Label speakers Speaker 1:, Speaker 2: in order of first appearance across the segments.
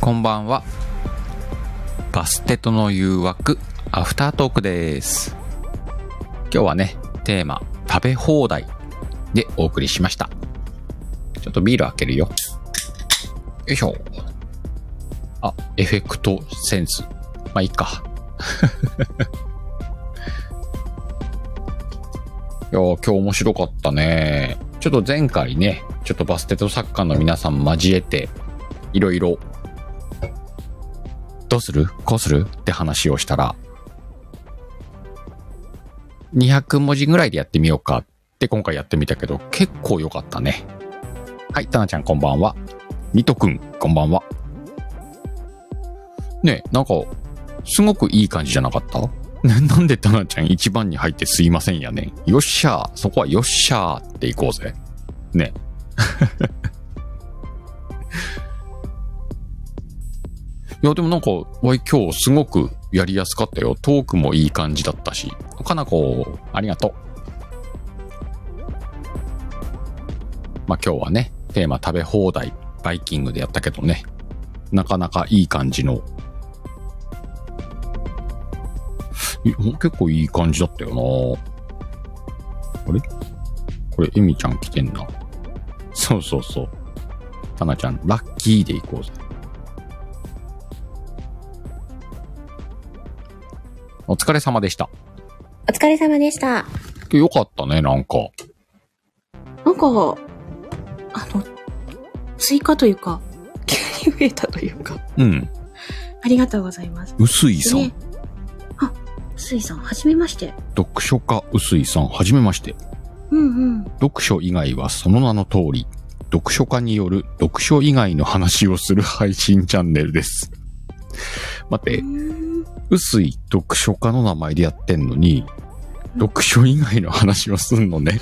Speaker 1: こんばんは。バステとの誘惑、アフタートークです。今日はね、テーマ、食べ放題でお送りしました。ちょっとビール開けるよ。よいしょ。あ、エフェクトセンス。まあ、いいか。 いやー、今日面白かったね。ちょっと前回ね、ちょっとバステとサッカーの皆さん交えて、いろいろどうするこうするって話をしたら、200文字ぐらいでやってみようかって今回やってみたけど、結構良かったね。はい、タナちゃんこんばんは。ニトくん、こんばんは。ねえ、なんか、すごくいい感じじゃなかった ななんでタナちゃん一番に入ってすいませんやねん。よっしゃー、そこはよっしゃーっていこうぜ。ねえ。いや、でもなんか、わい、今日すごくやりやすかったよ。トークもいい感じだったし。かなこ、ありがとう。まあ今日はね、テーマ食べ放題、バイキングでやったけどね。なかなかいい感じの。い結構いい感じだったよなあれこれ、エミちゃん来てんな。そうそうそう。タナちゃん、ラッキーで行こうぜ。お疲れ様でした。
Speaker 2: お疲れ様でした。
Speaker 1: よかったね、なんか。
Speaker 2: なんか、あの、追加というか、 急に増えたというか、
Speaker 1: うん。
Speaker 2: ありがとうございます。
Speaker 1: 薄井さん。
Speaker 2: ねあ、すいさん、はじめまして。
Speaker 1: 読書家薄井さん、はじめまして。
Speaker 2: うんうん。
Speaker 1: 読書以外はその名の通り、読書家による読書以外の話をする配信チャンネルです。待って
Speaker 2: う、ーん
Speaker 1: 薄井読書家の名前でやってんのに、
Speaker 2: うん
Speaker 1: 読書以外の話をすんのね。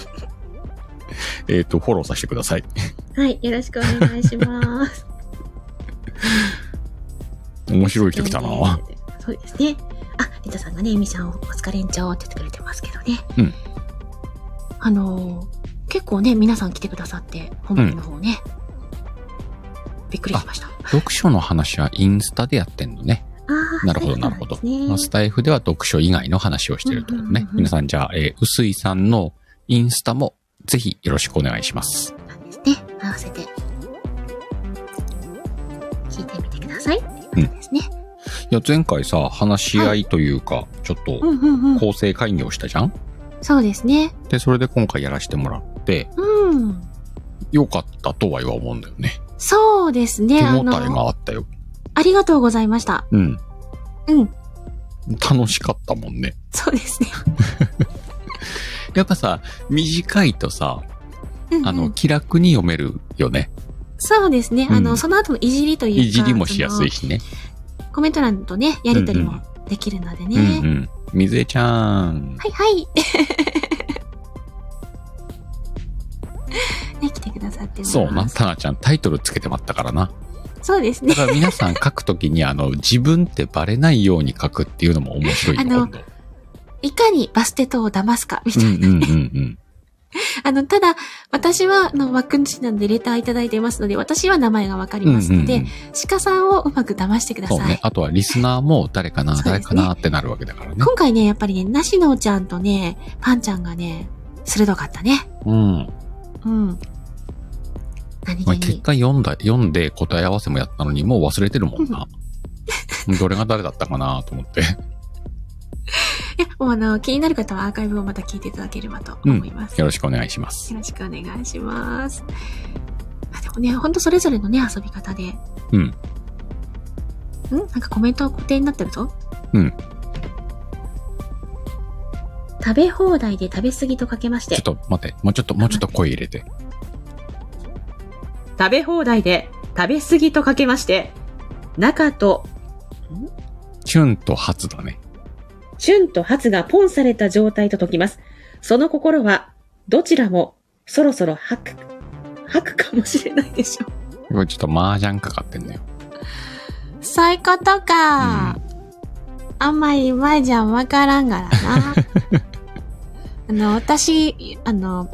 Speaker 1: えっと、フォローさせてください。
Speaker 2: はい、よろしくお願いします。
Speaker 1: 面白い人来たな。
Speaker 2: そうですね。あ、リトさんがね、エミさんお疲れんちょーって言ってくれてますけどね。
Speaker 1: うん。
Speaker 2: あのー結構ね、皆さん来てくださって、本編の方ね、びっくりしました。
Speaker 1: 読書の話はインスタでやってんのね。
Speaker 2: あー
Speaker 1: なるほど
Speaker 2: そう
Speaker 1: なるほど
Speaker 2: んですね
Speaker 1: まあスタイフでは読書以外の話をしているところ
Speaker 2: うん
Speaker 1: ね
Speaker 2: うん。うん
Speaker 1: 皆さんじゃあ、えー、薄井さんのインスタもぜひよろしくお願いします。
Speaker 2: なんですね。合わせて。聞いてみてください。ってことですね。
Speaker 1: いや、前回さ、話し合いというか、ちょっと
Speaker 2: んうん
Speaker 1: 構成会議をしたじゃん
Speaker 2: そうですね。
Speaker 1: で、それで今回やらせてもらって、
Speaker 2: うん。
Speaker 1: よかったとは言わ思うんだよね。
Speaker 2: そうですね。
Speaker 1: 手
Speaker 2: あ
Speaker 1: 応えが
Speaker 2: の、
Speaker 1: あったよ。
Speaker 2: ありがとうございました。
Speaker 1: うん。
Speaker 2: うん。
Speaker 1: 楽しかったもんね。
Speaker 2: そうですね。
Speaker 1: やっぱさ、短いとさ、
Speaker 2: うんうん
Speaker 1: あの、気楽に読めるよね。
Speaker 2: そうですね。
Speaker 1: うん
Speaker 2: あの、その後のいじりというか。
Speaker 1: いじりもしやすい
Speaker 2: そ
Speaker 1: しね。
Speaker 2: の。コメント欄とね、やりとり
Speaker 1: うん
Speaker 2: もできるのでね。
Speaker 1: うんうん。水江ちゃん。
Speaker 2: はいはい。 ね、来てくださってます。
Speaker 1: そうな、タナちゃんタイトルつけてまったからな。
Speaker 2: そうです
Speaker 1: だ
Speaker 2: ね。
Speaker 1: から皆さん書くときに、あの、自分ってバレないように書くっていうのも面白いよ、
Speaker 2: あの
Speaker 1: 今度。
Speaker 2: いかにバステトを騙すか、みた
Speaker 1: う
Speaker 2: い
Speaker 1: ん
Speaker 2: な。
Speaker 1: うんうん
Speaker 2: あの、ただ、私は、あの、ワックンチなんでレターいただいてますので、私は名前がわかり
Speaker 1: うん。
Speaker 2: ますので、
Speaker 1: うんうんうん
Speaker 2: 鹿さんをうまく騙してくだ
Speaker 1: そ
Speaker 2: さ
Speaker 1: う
Speaker 2: い。
Speaker 1: ね。あとはリスナーも誰かな、
Speaker 2: そうですね
Speaker 1: 誰かなってなるわけだからね。
Speaker 2: 今回ね、やっぱりね、なしのちゃんとね、パンちゃんがね、鋭かったね。
Speaker 1: うん。
Speaker 2: うん。何
Speaker 1: まあ、
Speaker 2: 気
Speaker 1: 結
Speaker 2: に。
Speaker 1: 果読んだ、読んで答え合わせもやったのに、もう忘れてるもんな。どれが誰だったかなと思って。
Speaker 2: いや、もうあの、気になる方はアーカイブをまた聞いていただければと思います。
Speaker 1: よ
Speaker 2: よ
Speaker 1: ろしくお願いします。
Speaker 2: ろしくお願いします。あでもね、ほんとそれぞれのね、遊び方で。ん
Speaker 1: うん。
Speaker 2: なんかコメントは固定になってるぞ。
Speaker 1: うん。
Speaker 2: 食べ放題で食べ過ぎとかけまし
Speaker 1: ちょ
Speaker 2: て
Speaker 1: っ。と待って、もうちょっと、もうちょっと声入れて。
Speaker 2: 食べ放題で食べ過ぎとかけまして、中と
Speaker 1: チュンとハツだね。
Speaker 2: チュンとハツがポンされた状態と解きます。その心は、どちらもそろそろ吐く、吐くかもしれないでしょ。
Speaker 1: これちょっと麻雀かかってんだよ。
Speaker 2: そういうことか。あんまり前じゃわからん からな。あの、私、あの、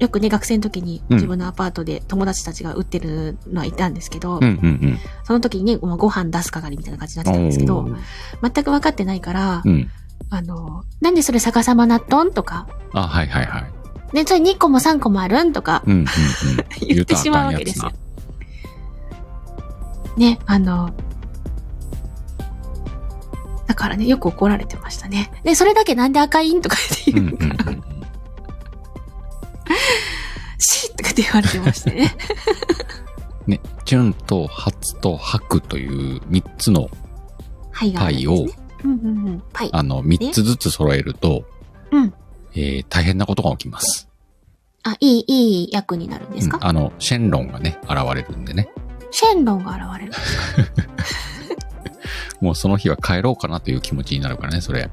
Speaker 2: よくね、学生の時に
Speaker 1: うん
Speaker 2: 自分のアパートで友達たちが売ってるのはいたんですけど、
Speaker 1: うんうん
Speaker 2: その時にねもうご飯出す係みたいな感じに
Speaker 1: う
Speaker 2: なってたん
Speaker 1: ん。
Speaker 2: ですけど
Speaker 1: お、ー
Speaker 2: 全く分かってないから、
Speaker 1: うん。
Speaker 2: あの、なんでそれ逆さまなっとんとか、
Speaker 1: あ、はいはいはい。
Speaker 2: ね、それ2個も3個もあるんとか
Speaker 1: うんうんうん。
Speaker 2: 言ってしまうわけですよ。ね、あの、だからね、よく怒られてましたね。で、それだけなんで赤いんとかって
Speaker 1: 言
Speaker 2: 言
Speaker 1: う
Speaker 2: う
Speaker 1: たらあかんやつな。うんうんう
Speaker 2: から、
Speaker 1: んうん。
Speaker 2: シーとかって言われてまし てね。
Speaker 1: ね、チュンと初と白という三つの
Speaker 2: はいがあるんですね。うんうんうん。パイ。
Speaker 1: あの、三つずつ揃えると、
Speaker 2: うん
Speaker 1: えー大変なことが起きます。
Speaker 2: あ、いい、いい役になるんですか、
Speaker 1: うんあの、シェンロンがね、現れるんでね。
Speaker 2: シェンロンが現れる。
Speaker 1: もうその日は帰ろうかなという気持ちになるからね、それ。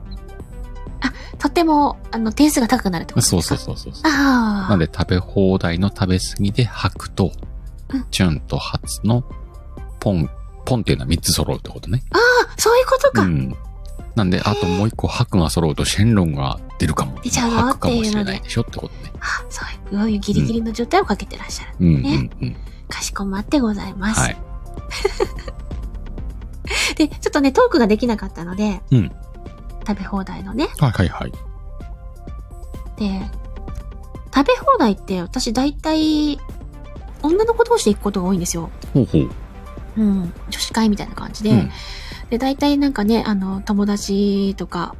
Speaker 2: とても、あの、点数が高くなるってことです
Speaker 1: そ
Speaker 2: か
Speaker 1: うそうそうそう。
Speaker 2: ああ。
Speaker 1: なんで食べ放題の食べ過ぎで白と
Speaker 2: うん、
Speaker 1: チュンと初のポン、ポンっていうのは3つ揃うってことね。
Speaker 2: あそういうことか。
Speaker 1: うん。なんで、あともう一個白が揃うとシェンロンが出るかも。
Speaker 2: 出ちゃうよ
Speaker 1: 白
Speaker 2: って
Speaker 1: かも
Speaker 2: いうので
Speaker 1: しれないでしょってことね。
Speaker 2: あそういうギリギリの状態をかけてらっしゃる。
Speaker 1: うんうんうん。
Speaker 2: かしこまってございます。
Speaker 1: はい。
Speaker 2: で、ちょっとね、トークができなかったので、
Speaker 1: うん
Speaker 2: 食べ放題のね。
Speaker 1: はいはいはい。
Speaker 2: で、食べ放題って私大体、女の子同士で行くことが多いんですよ。
Speaker 1: ほうほう。
Speaker 2: うん。女子会みたいな感じで。
Speaker 1: うん
Speaker 2: で、大体なんかね、あの、友達とか、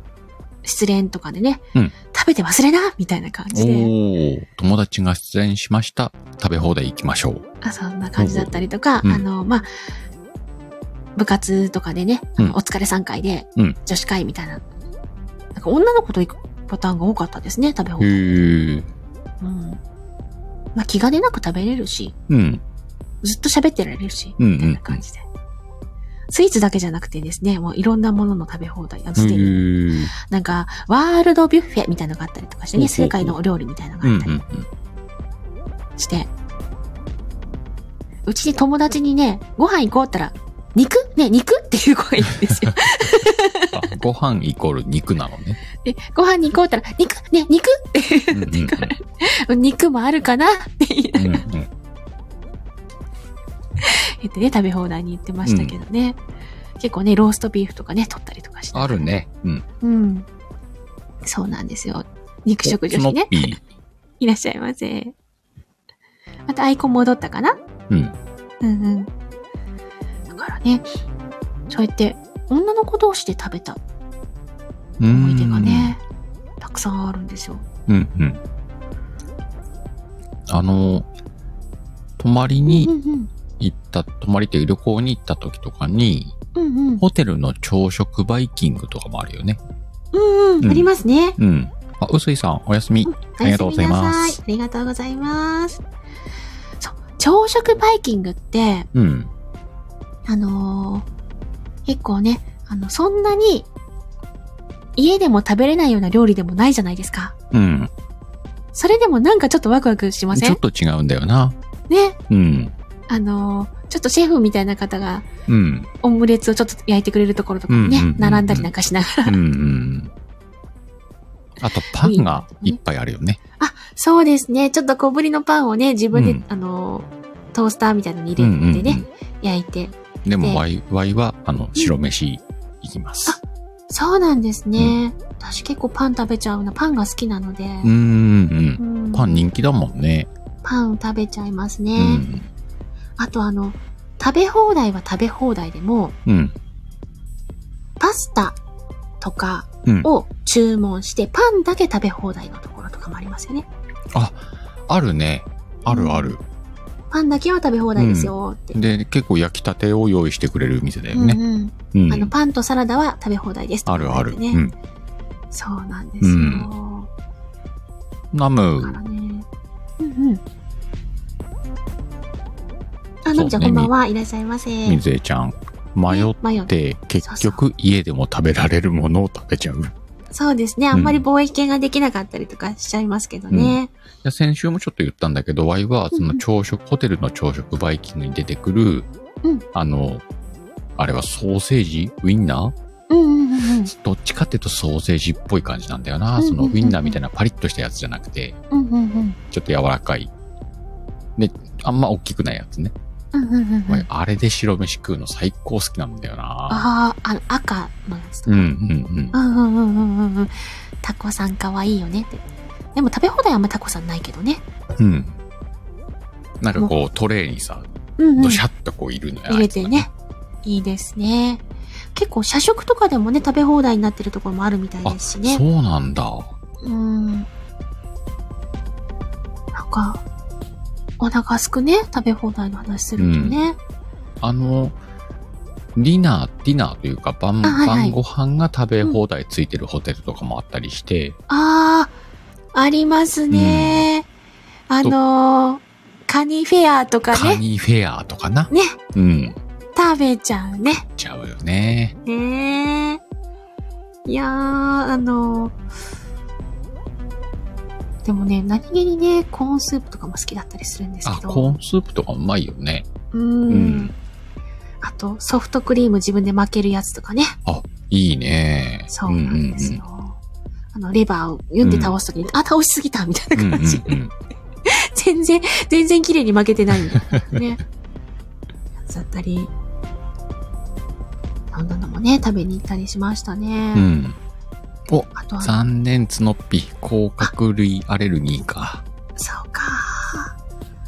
Speaker 2: 失恋とかでね、
Speaker 1: うん
Speaker 2: 食べて忘れなみたいな感
Speaker 1: お
Speaker 2: じで、
Speaker 1: ー友達が出演しました。食べ放題行きましょう。
Speaker 2: あそんな感じだったりとか、
Speaker 1: うん
Speaker 2: あの、まあ、部活とかでね、あの
Speaker 1: うん
Speaker 2: お疲れ3回で
Speaker 1: うん、
Speaker 2: 女子会みたいな、なんか女の子と行くパターンが多かったですね、食べ放題。
Speaker 1: へえ。
Speaker 2: うん。まあ、気兼ねなく食べれるし、
Speaker 1: うん。
Speaker 2: ずっと喋ってられるし、
Speaker 1: うんうん
Speaker 2: みたいな感じで。スイーツだけじゃなくてですね、もういろんなものの食べ放題、あの、すでに、
Speaker 1: へえ。
Speaker 2: なんか、ワールドビュッフェみたいなのがあったりとかして
Speaker 1: ほう
Speaker 2: ね、
Speaker 1: ほうほう
Speaker 2: 世界のお料理みたいなの
Speaker 1: うん
Speaker 2: が
Speaker 1: う
Speaker 2: あ
Speaker 1: ん
Speaker 2: ったりして、うちに友達にね、ご飯行こうったら、肉ね、肉っていう子がいるんで すよ。
Speaker 1: あご飯イコール肉なの ね。
Speaker 2: で、ご飯に行こうったら、肉ね、肉って
Speaker 1: うんう
Speaker 2: 言
Speaker 1: ん
Speaker 2: ってから、 肉もあるかなって言いながら
Speaker 1: うんうん
Speaker 2: 言ってね、食べ放題に行ってましたけどね。結構ね、ローストビーフとかね、取ったりとかして。
Speaker 1: ある。ね。うん。
Speaker 2: うん。そうなんですよ。肉食女
Speaker 1: スノ
Speaker 2: 子ね
Speaker 1: ッ、ピー。
Speaker 2: いらっしゃいませ。またアイコン戻ったかな
Speaker 1: うん。
Speaker 2: うんうん。だからね、そうやって女の子同士で食べた思い出がね、たくさんあるんですよ。
Speaker 1: うん。うんうん。あの、泊まり
Speaker 2: う
Speaker 1: に
Speaker 2: んうん。
Speaker 1: 行った、泊まりという旅行に行った時とかに、
Speaker 2: うんうん。
Speaker 1: ホテルの朝食バイキングとかもあるよね。
Speaker 2: うん
Speaker 1: う
Speaker 2: うんん。ありますね。
Speaker 1: うん。あ、薄井さん、おやすみ。ありがとうございます
Speaker 2: おやすみなさい。ありがとうございます。そう。朝食バイキングって、
Speaker 1: うん。
Speaker 2: あのー結構ね、あの、そんなに、家でも食べれないような料理でもないじゃないですか。
Speaker 1: うん。
Speaker 2: それでもなんかちょっとワクワクしませ
Speaker 1: ちょっ
Speaker 2: ん
Speaker 1: と違うんだよな。
Speaker 2: ね。
Speaker 1: うん。
Speaker 2: あのーちょっとシェフみたいな方が
Speaker 1: うん。
Speaker 2: オムレツをちょっと焼いてくれるところとかにね、
Speaker 1: うんうんうんうん
Speaker 2: 並んだりなんかしながら。
Speaker 1: うんうん。あと、パンがいっぱいあるよね。
Speaker 2: そうですね。ちょっと小ぶりのパンをね、自分で、
Speaker 1: うん
Speaker 2: あのートースターみたいのに
Speaker 1: うん
Speaker 2: 入れてね、
Speaker 1: うん
Speaker 2: 焼いて。
Speaker 1: うん。でも、
Speaker 2: で
Speaker 1: ワイ、ワイは、あの、白飯いきます。
Speaker 2: そうなんですね。私結構パン食べちゃうな。パンが好きなので。
Speaker 1: うんうん
Speaker 2: う
Speaker 1: うんん。パン人気だもんね。
Speaker 2: パン食べちゃいますね。
Speaker 1: うん。
Speaker 2: あとあの、食べ放題は食べ放題でも、
Speaker 1: うん。
Speaker 2: パスタとか
Speaker 1: うん。
Speaker 2: を注文して、パンだけ食べ放題のところとかもありますよね。
Speaker 1: あるね。あるある。
Speaker 2: パンだけは食べ放題ですよって。
Speaker 1: で、結構焼きたてを用意してくれる店だよ
Speaker 2: うん
Speaker 1: ね。
Speaker 2: うん
Speaker 1: う
Speaker 2: あの、
Speaker 1: ん。
Speaker 2: パンとサラダは食べ放題ですと
Speaker 1: あ
Speaker 2: かね、
Speaker 1: るある。うん。
Speaker 2: そうなんですよ。
Speaker 1: うんナ
Speaker 2: だから
Speaker 1: ム、
Speaker 2: ね。うんうん。あ、
Speaker 1: そ
Speaker 2: の
Speaker 1: う
Speaker 2: びちゃん、
Speaker 1: ね
Speaker 2: こんばんは。いらっしゃいませ。
Speaker 1: 水江ちゃん。迷っ
Speaker 2: マヨ。
Speaker 1: て、結局、家でも食べられるものを食べちゃう。
Speaker 2: そうですね。あんまり貿易系ができなかったりとかしちゃいますけどね。
Speaker 1: や先週もちょっと言ったんだけど、ワイは、その朝食、ホテルの朝食バイキングに出てくる、
Speaker 2: うん
Speaker 1: あの、あれはソーセージウィンナー
Speaker 2: うんうんうん
Speaker 1: どっちかっていうとソーセージっぽい感じなんだよな。
Speaker 2: うんうん
Speaker 1: そ
Speaker 2: うん
Speaker 1: のウィンナーみたいなパリッとしたやつじゃなくて、
Speaker 2: うん。うんうんうん。
Speaker 1: ちょっと柔らかい。で、あんま大きくないやつね。
Speaker 2: うんうんうんう
Speaker 1: ワイ
Speaker 2: ん。
Speaker 1: あれで白飯食うの最高好きなんだよな。
Speaker 2: ああ、あの赤のやつと
Speaker 1: うん
Speaker 2: か。
Speaker 1: うんうん
Speaker 2: う。んうんうんうんうんうん。タコさんかわいいよねって。でも食べ放題あんまタコさんないけどね。
Speaker 1: うん。なんかこう、トレーにさ、
Speaker 2: うんうん
Speaker 1: ド。シャッとこういるのよ。
Speaker 2: 入れてね。いいですね。結構社食とかでもね、食べ放題になってるところもあるみたい
Speaker 1: あ
Speaker 2: で
Speaker 1: い
Speaker 2: すし
Speaker 1: つ
Speaker 2: ね
Speaker 1: ね。。そうなんだ。
Speaker 2: うん。なんか、お腹すくね、食べ放題の話するとね。
Speaker 1: あの、ディナー、ディナーというか晩、
Speaker 2: あはいは
Speaker 1: 晩
Speaker 2: い
Speaker 1: ご飯が食べ放題ついてるホテルとかもあったりして、
Speaker 2: ああ、ありますね。あのー、カニフェアとか
Speaker 1: カ
Speaker 2: ね、
Speaker 1: ニフェアとかな。
Speaker 2: ね
Speaker 1: うん。
Speaker 2: 食べちゃうね。
Speaker 1: ちゃうよね。
Speaker 2: ねえ。いやー、あのー、でもね、何気にね、コーンスープとかも好きだったりするんです
Speaker 1: あ、
Speaker 2: けど。
Speaker 1: コーンスープとかうまいよね。
Speaker 2: う
Speaker 1: うんん。。
Speaker 2: あと、ソフトクリーム自分で巻けるやつとかね。
Speaker 1: いいね。
Speaker 2: そうなんですよ。あの、レバーを読んで倒すときに、あ、倒しすぎたみたい
Speaker 1: うんうん。
Speaker 2: な
Speaker 1: うん
Speaker 2: 感じ。
Speaker 1: うんうん。
Speaker 2: 全然、全然綺麗に負けてないんだよ ね。やつだったり。そんなのもね、食べに行ったりしましたね。
Speaker 1: うん。お、
Speaker 2: あとは、そう
Speaker 1: 残念、ツノッピ。甲殻類アレルギーか。
Speaker 2: か。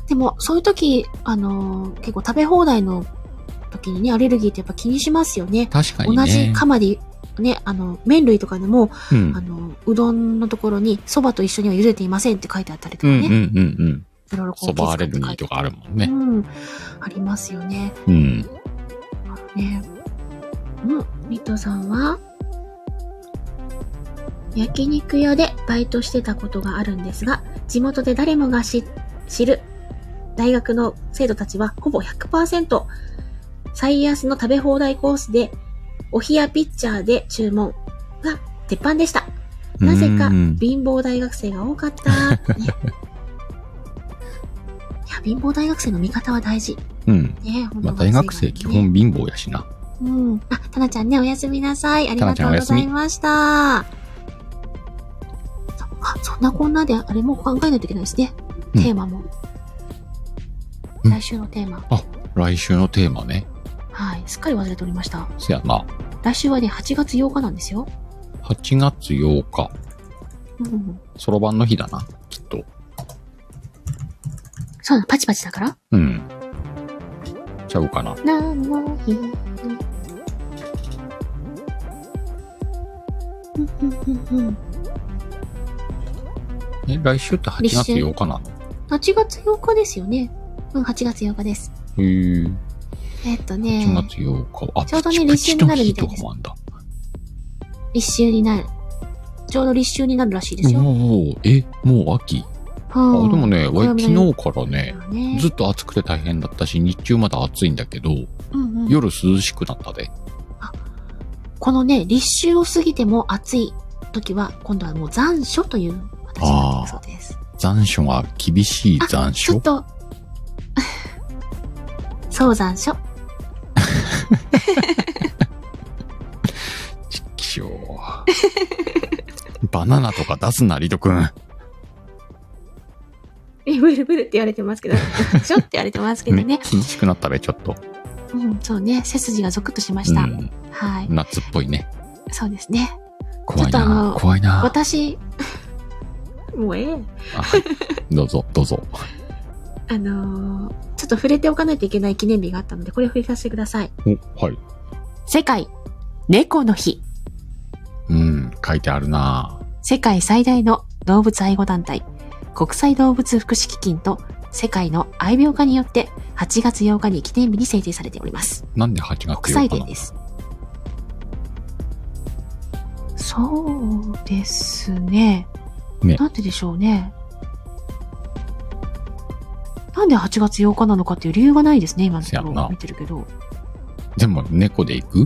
Speaker 2: でも、そういう時、あのー、結構食べ放題の時にね、アレルギーってやっぱ気にしますよね。
Speaker 1: 確かにね。
Speaker 2: 同じ釜で、ね、あの、麺類とかでも、
Speaker 1: うん
Speaker 2: あの、うどんのところに、蕎麦と一緒には茹でていませんって書いてあったりと
Speaker 1: う
Speaker 2: か
Speaker 1: んうん
Speaker 2: ね。
Speaker 1: うんうん。
Speaker 2: いろいろこう
Speaker 1: そばアレルギーとかあるもんね。
Speaker 2: うん。ありますよね。
Speaker 1: うん。
Speaker 2: ね。うん。ミトさんは焼肉屋でバイトしてたことがあるんですが、地元で誰もが知知る大学の生徒たちはほぼ100%最安の食べ放題コースでお冷やピッチャーで注文が鉄板でした。なぜか
Speaker 1: うん
Speaker 2: 貧乏大学生が多かった、ね いや、貧乏大学生の味方は大事。
Speaker 1: うん。
Speaker 2: ね、本当
Speaker 1: まあ、大学生基。本貧乏やしな。
Speaker 2: うん。あ、たなちゃんね、おやすみなさい。ありがとう
Speaker 1: た
Speaker 2: ご
Speaker 1: なちゃん
Speaker 2: ざ
Speaker 1: おやすみ
Speaker 2: いました。そあ、そんなこんなで、あれも考えないといけないですね。
Speaker 1: う
Speaker 2: テ
Speaker 1: ん
Speaker 2: ーマも。
Speaker 1: うん
Speaker 2: 来週のテーマ。
Speaker 1: 来週のテーマね。
Speaker 2: はい。すっかり忘れておりました。
Speaker 1: せやな。
Speaker 2: 来週はね、8月8日なんですよ。
Speaker 1: 8月8日。
Speaker 2: うん。
Speaker 1: そろばんの日だな。きっと。
Speaker 2: そうなの、パチパチだから。
Speaker 1: うん。ちゃうかな。
Speaker 2: 何の日
Speaker 1: え、来週って8月8日なの
Speaker 2: 8月8日ですよね。うん、8月8日です。
Speaker 1: へえ。
Speaker 2: えっとね、
Speaker 1: 8月8日。あ、
Speaker 2: ちょうどね
Speaker 1: プチプチ
Speaker 2: 立春になる
Speaker 1: の日と
Speaker 2: みたいで
Speaker 1: か
Speaker 2: す
Speaker 1: もあんだ。
Speaker 2: 立秋になる。ちょうど立秋になるらしいですよ。
Speaker 1: おおえ、もう秋、
Speaker 2: うん
Speaker 1: あ、でもね、わい
Speaker 2: 暦の
Speaker 1: 昨日
Speaker 2: 上
Speaker 1: からね、
Speaker 2: ね
Speaker 1: ずっと暑くて大変だったし、日中まだ暑いんだけど、
Speaker 2: うんうん
Speaker 1: 夜涼しくなったで。
Speaker 2: このね、立秋を過ぎても暑い時は、今度はもう残暑という形になってるそうです。
Speaker 1: 残暑が厳しい
Speaker 2: あ
Speaker 1: 残
Speaker 2: ちょ
Speaker 1: 暑
Speaker 2: っと、そう残暑。
Speaker 1: ちっきしょうバナナとか出すな、リトくん。
Speaker 2: え、ブルブルって言われてます けど、ちょって言われてますけど
Speaker 1: ね、
Speaker 2: ね。
Speaker 1: 涼しくなったべ、ちょっと。
Speaker 2: うん、そうね。背筋がゾクッとしまし
Speaker 1: う
Speaker 2: た。
Speaker 1: ん。
Speaker 2: はい。
Speaker 1: 夏っぽいね。
Speaker 2: そうですね。
Speaker 1: 怖い
Speaker 2: ちょっとあ
Speaker 1: な
Speaker 2: の
Speaker 1: 怖いな
Speaker 2: 私、もうええ。
Speaker 1: あはいどうぞ、どうぞ。
Speaker 2: あのーちょっと触れておかないといけない記念日があったので、これ触れさせてください。
Speaker 1: お、はい。
Speaker 2: 世界、猫の日。
Speaker 1: うん、書いてあるな
Speaker 2: 世界最大の動物愛護団体、国際動物福祉基金と世界の愛病家によって8月8日に記念日に制定されております。
Speaker 1: なんで8月
Speaker 2: 国際
Speaker 1: 8日
Speaker 2: デー
Speaker 1: なの
Speaker 2: です。そうですね。
Speaker 1: ね
Speaker 2: なんででしょうね。なんで8月8日なのかっていう理由がないですね、今のとこ
Speaker 1: せやな
Speaker 2: ろ見てるけど。
Speaker 1: でも、猫で行く
Speaker 2: い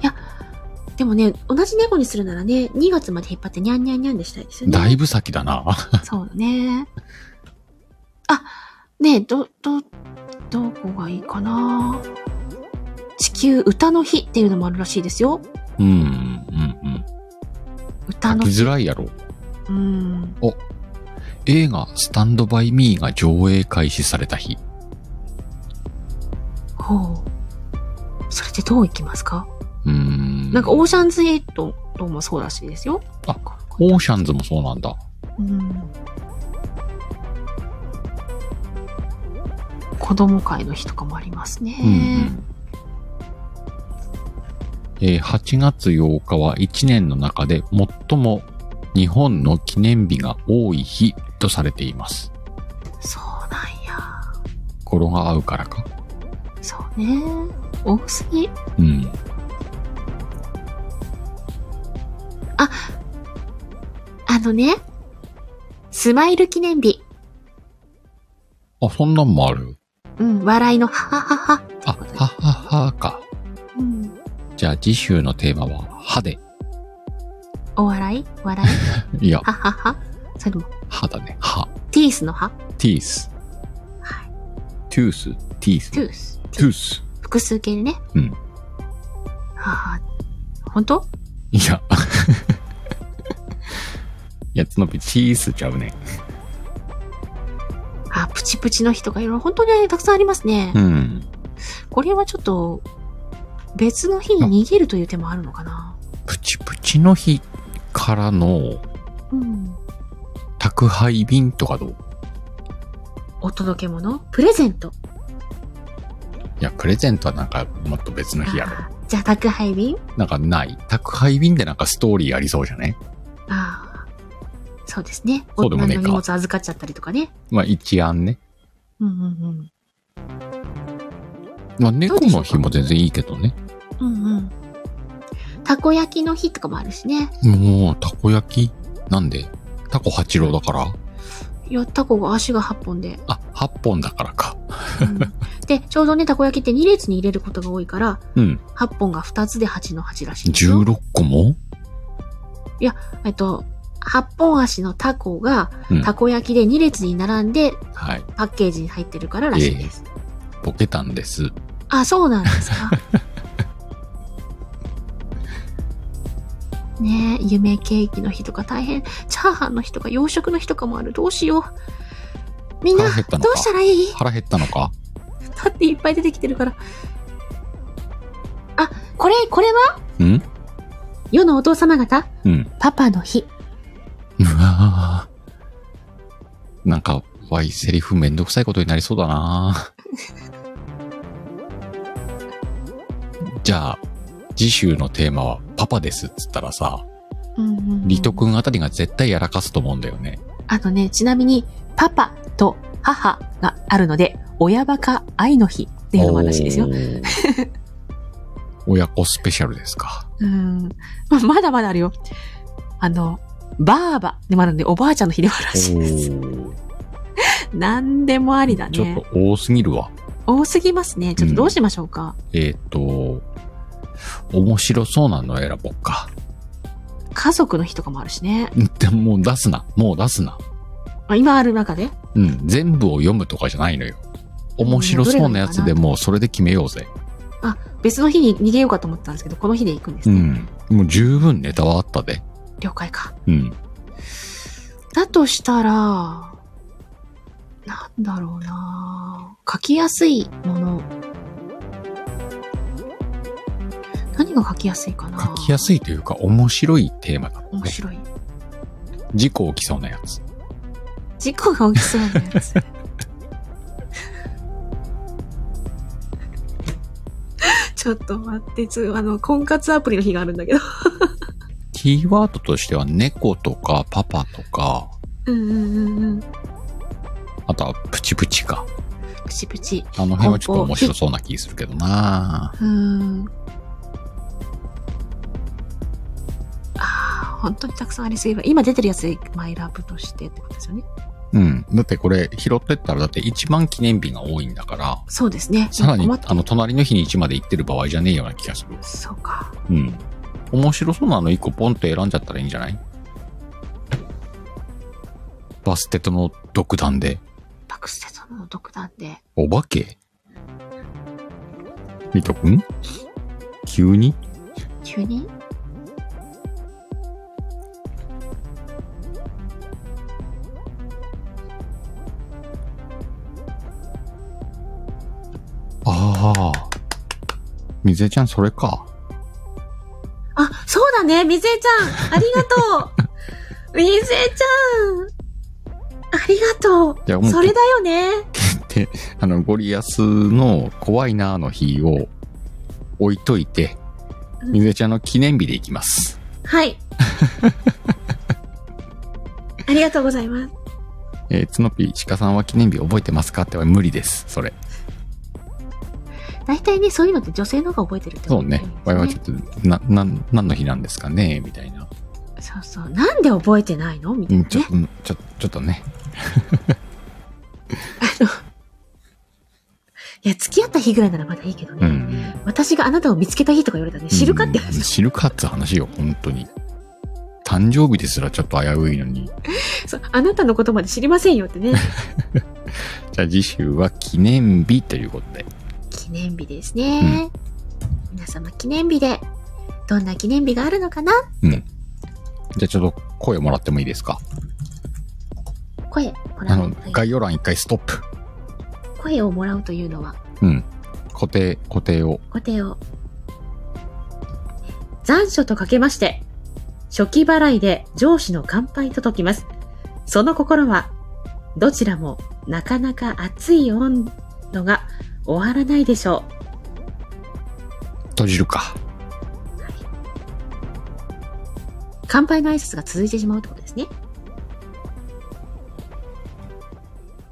Speaker 2: や、でもね、同じ猫にするならね、2月まで引っ張ってニャンニャンニャンでしたいですよね。
Speaker 1: だいぶ先だな。
Speaker 2: そうね。あ、ねえ、ど、ど、どこがいいかな地球歌の日っていうのもあるらしいですよ。
Speaker 1: うん、うん、うん。
Speaker 2: 歌
Speaker 1: 書
Speaker 2: の
Speaker 1: き
Speaker 2: 日。
Speaker 1: づらいやろ。
Speaker 2: うん。
Speaker 1: 映画、スタンドバイミーが上映開始された日。
Speaker 2: ほう。それってどういきますか
Speaker 1: うーん。
Speaker 2: なんか、オーシャンズエイトもそうらしいですよ。
Speaker 1: あオーシャンズもそうなんだ。
Speaker 2: うん。子供会の日とかもありますね。
Speaker 1: うんうんえー8月8日は1年の中で最も日本の記念日が多い日とされています。
Speaker 2: そうなんや。
Speaker 1: 語呂が合うからか。
Speaker 2: そうね。多すぎ。
Speaker 1: うん。
Speaker 2: あのね、スマイル記念日。
Speaker 1: あ、そんなんもある。
Speaker 2: うん、笑いのハハハハ。
Speaker 1: あ、はははか。
Speaker 2: うん。
Speaker 1: じゃあ次週のテーマは、歯で。
Speaker 2: お笑い笑い
Speaker 1: いや、
Speaker 2: ハハハ。それも、
Speaker 1: 歯だね。歯。
Speaker 2: ティースの歯
Speaker 1: ティース。
Speaker 2: はい。
Speaker 1: トゥース。ティース。
Speaker 2: トゥース。
Speaker 1: トゥース。
Speaker 2: 複数形でね。
Speaker 1: うん
Speaker 2: はは。本当
Speaker 1: いや。 いや、つのぴチースちゃうね。
Speaker 2: あ、プチプチの日とかいろいろ本当にたくさんありますね。
Speaker 1: うん。
Speaker 2: これはちょっと、別の日に逃げるという手もあるのかな。
Speaker 1: プチプチの日からの
Speaker 2: うん。
Speaker 1: 宅配便とかどう
Speaker 2: お届け物プレゼント。
Speaker 1: いや、プレゼントはなんかもっと別の日やろ。
Speaker 2: あーじゃあ宅配便
Speaker 1: なんかない。宅配便でなんかストーリーありそうじゃね
Speaker 2: ああ。そうですね。
Speaker 1: そうでもねえ
Speaker 2: 大人
Speaker 1: か
Speaker 2: の荷物預かっちゃったりとかね。
Speaker 1: まあ一案ね。
Speaker 2: うんうん
Speaker 1: まあ猫の日も全然いいけどね。
Speaker 2: うん。うんうん。たこ焼きの日とかもあるしね。
Speaker 1: もう、たこ焼きなんでタコ八郎だから
Speaker 2: いや、たこが足が8本で。
Speaker 1: あ、8本だからか。
Speaker 2: うんで、ちょうどね、たこ焼きって2列に入れることが多いから、
Speaker 1: うん。
Speaker 2: 8本が2つで8の8らしいんですよ。
Speaker 1: 16個も
Speaker 2: えっと、8本足のたこが
Speaker 1: うん、
Speaker 2: たこ焼きで2列に並んで
Speaker 1: はい。
Speaker 2: パッケージに入ってるかららしいです。
Speaker 1: ボケたんです。
Speaker 2: あ、そうなんで すか。ねえ、夢ケーキの日とか大変。チャーハンの日とか洋食の日とかもある。どうしよう。みんな、
Speaker 1: 腹減ったのか
Speaker 2: どうしたらいい
Speaker 1: 腹減ったのか
Speaker 2: だっていっぱい出てきてるから。あ、これ、これは
Speaker 1: うん
Speaker 2: 世のお父様方、
Speaker 1: うん。
Speaker 2: パパの日。
Speaker 1: うわぁ。なんか、わい、セリフめんどくさいことになりそうだ なぁじゃあ、次週のテーマはパパですっつったらさ、
Speaker 2: うんうんうん
Speaker 1: リトくんあたりが絶対やらかすと思うんだよね。
Speaker 2: あとね、ちなみに、パパと母があるので、親バカ愛の日っていうのもあるらしいですよ
Speaker 1: お。ー。 親子スペシャルですか。
Speaker 2: うん。まあまだまだあるよ。あの、ばあばでもあるんで、おばあちゃんの日でもあるらしいです。
Speaker 1: ー
Speaker 2: なんでもありだ
Speaker 1: ちょっ
Speaker 2: ね。
Speaker 1: と多すぎるわ。
Speaker 2: 多すぎますね。ちょっとどうしましょうか。
Speaker 1: えっ、と、面白そうなの選ぼっか。
Speaker 2: 家族の日とかもあるしね。
Speaker 1: でももう出すな。もう出すな。
Speaker 2: あ今ある中で。
Speaker 1: うん、全部を読むとかじゃないのよ。面白そうなやつでもうそれで決めようぜ。
Speaker 2: 別の日に逃げようかと思ったんですけど、この日で行くんです
Speaker 1: う
Speaker 2: ね。
Speaker 1: ん。もう十分ネタはあったで。
Speaker 2: 了解か。
Speaker 1: うん。
Speaker 2: だとしたら、なんだろうな書きやすいもの。何が書きやすいかな
Speaker 1: 書きやすいというか面白いテーマだもん
Speaker 2: 面
Speaker 1: ね。
Speaker 2: 白い。
Speaker 1: 事故起きそうなやつ。
Speaker 2: 事故が起きそうなやつ。 ちょっと待って、つ、あの、婚活アプリの日があるんだけど。
Speaker 1: キーワードとしては猫とかパパとか、
Speaker 2: うんうんうんうん。
Speaker 1: あとはプチプチか。
Speaker 2: プチプチ。
Speaker 1: あの辺はちょっと面白そうな気するけどな
Speaker 2: うーん。ああ、本当にたくさんありすぎる。今出てるやつでマイラブとしてってことですよね。
Speaker 1: うん。だってこれ拾ってったらだって一番記念日が多いんだから、
Speaker 2: そうですね。
Speaker 1: さらに
Speaker 2: 困っ
Speaker 1: あの隣の日に1まで行ってる場合じゃねえような気がする。
Speaker 2: そうか。
Speaker 1: うん。面白そうなの1個ポンって選んじゃったらいいんじゃないバステトの独断で。
Speaker 2: バクステとの独断で。
Speaker 1: お化けミト君急に
Speaker 2: 急に
Speaker 1: ああ。みずえちゃん、それか。
Speaker 2: あ、そうだね、みずえちゃん、ありがと う。みずえちゃん、ありがと
Speaker 1: いや、
Speaker 2: う。
Speaker 1: もう、
Speaker 2: それだよね。
Speaker 1: あの、ゴリアスの怖いなーの日を置いといて、
Speaker 2: うん
Speaker 1: みずえちゃんの記念日でいきます。
Speaker 2: はい。ありがとうございます。
Speaker 1: えー、つのぴ、鹿さんは記念日覚えてますかっては無理です、それ。
Speaker 2: 大体ね、そういうのって女性の方が覚えてるってこ
Speaker 1: そ
Speaker 2: と
Speaker 1: うね。我々ちょっと、な、なん、何の日なんですかねみたいな。
Speaker 2: そうそう。なんで覚えてないのみた
Speaker 1: う
Speaker 2: い
Speaker 1: ん、
Speaker 2: な
Speaker 1: ちょ
Speaker 2: ね
Speaker 1: っ。と、うんちょ、ちょっとね。
Speaker 2: いや、付き合った日ぐらいならまだいいけど
Speaker 1: う
Speaker 2: ね。
Speaker 1: ん。
Speaker 2: 私があなたを見つけた日とか言われたらね、知るかって
Speaker 1: うん
Speaker 2: 話。
Speaker 1: 知るかって話よ、本当に。誕生日ですらちょっと危ういのに。
Speaker 2: そうあなたのことまで知りませんよってね。
Speaker 1: じゃあ次週は記念日ということで。
Speaker 2: 記念日ですね。皆様記念日で、どんな記念日があるのかな
Speaker 1: うん。じゃあちょっと声もらってもいいですか
Speaker 2: 声、も
Speaker 1: あ
Speaker 2: らう
Speaker 1: の
Speaker 2: とい、う。
Speaker 1: 概要欄一回ストップ。
Speaker 2: 声をもらうというのは、
Speaker 1: うん。固定、固定を。
Speaker 2: 固定を。残暑とかけまして、初期払いで上司の乾杯と解きます。その心は、どちらもなかなか熱い温度が終わらないでしょう。
Speaker 1: 閉じるか。
Speaker 2: 乾杯の挨拶が続いてしまうってことですね。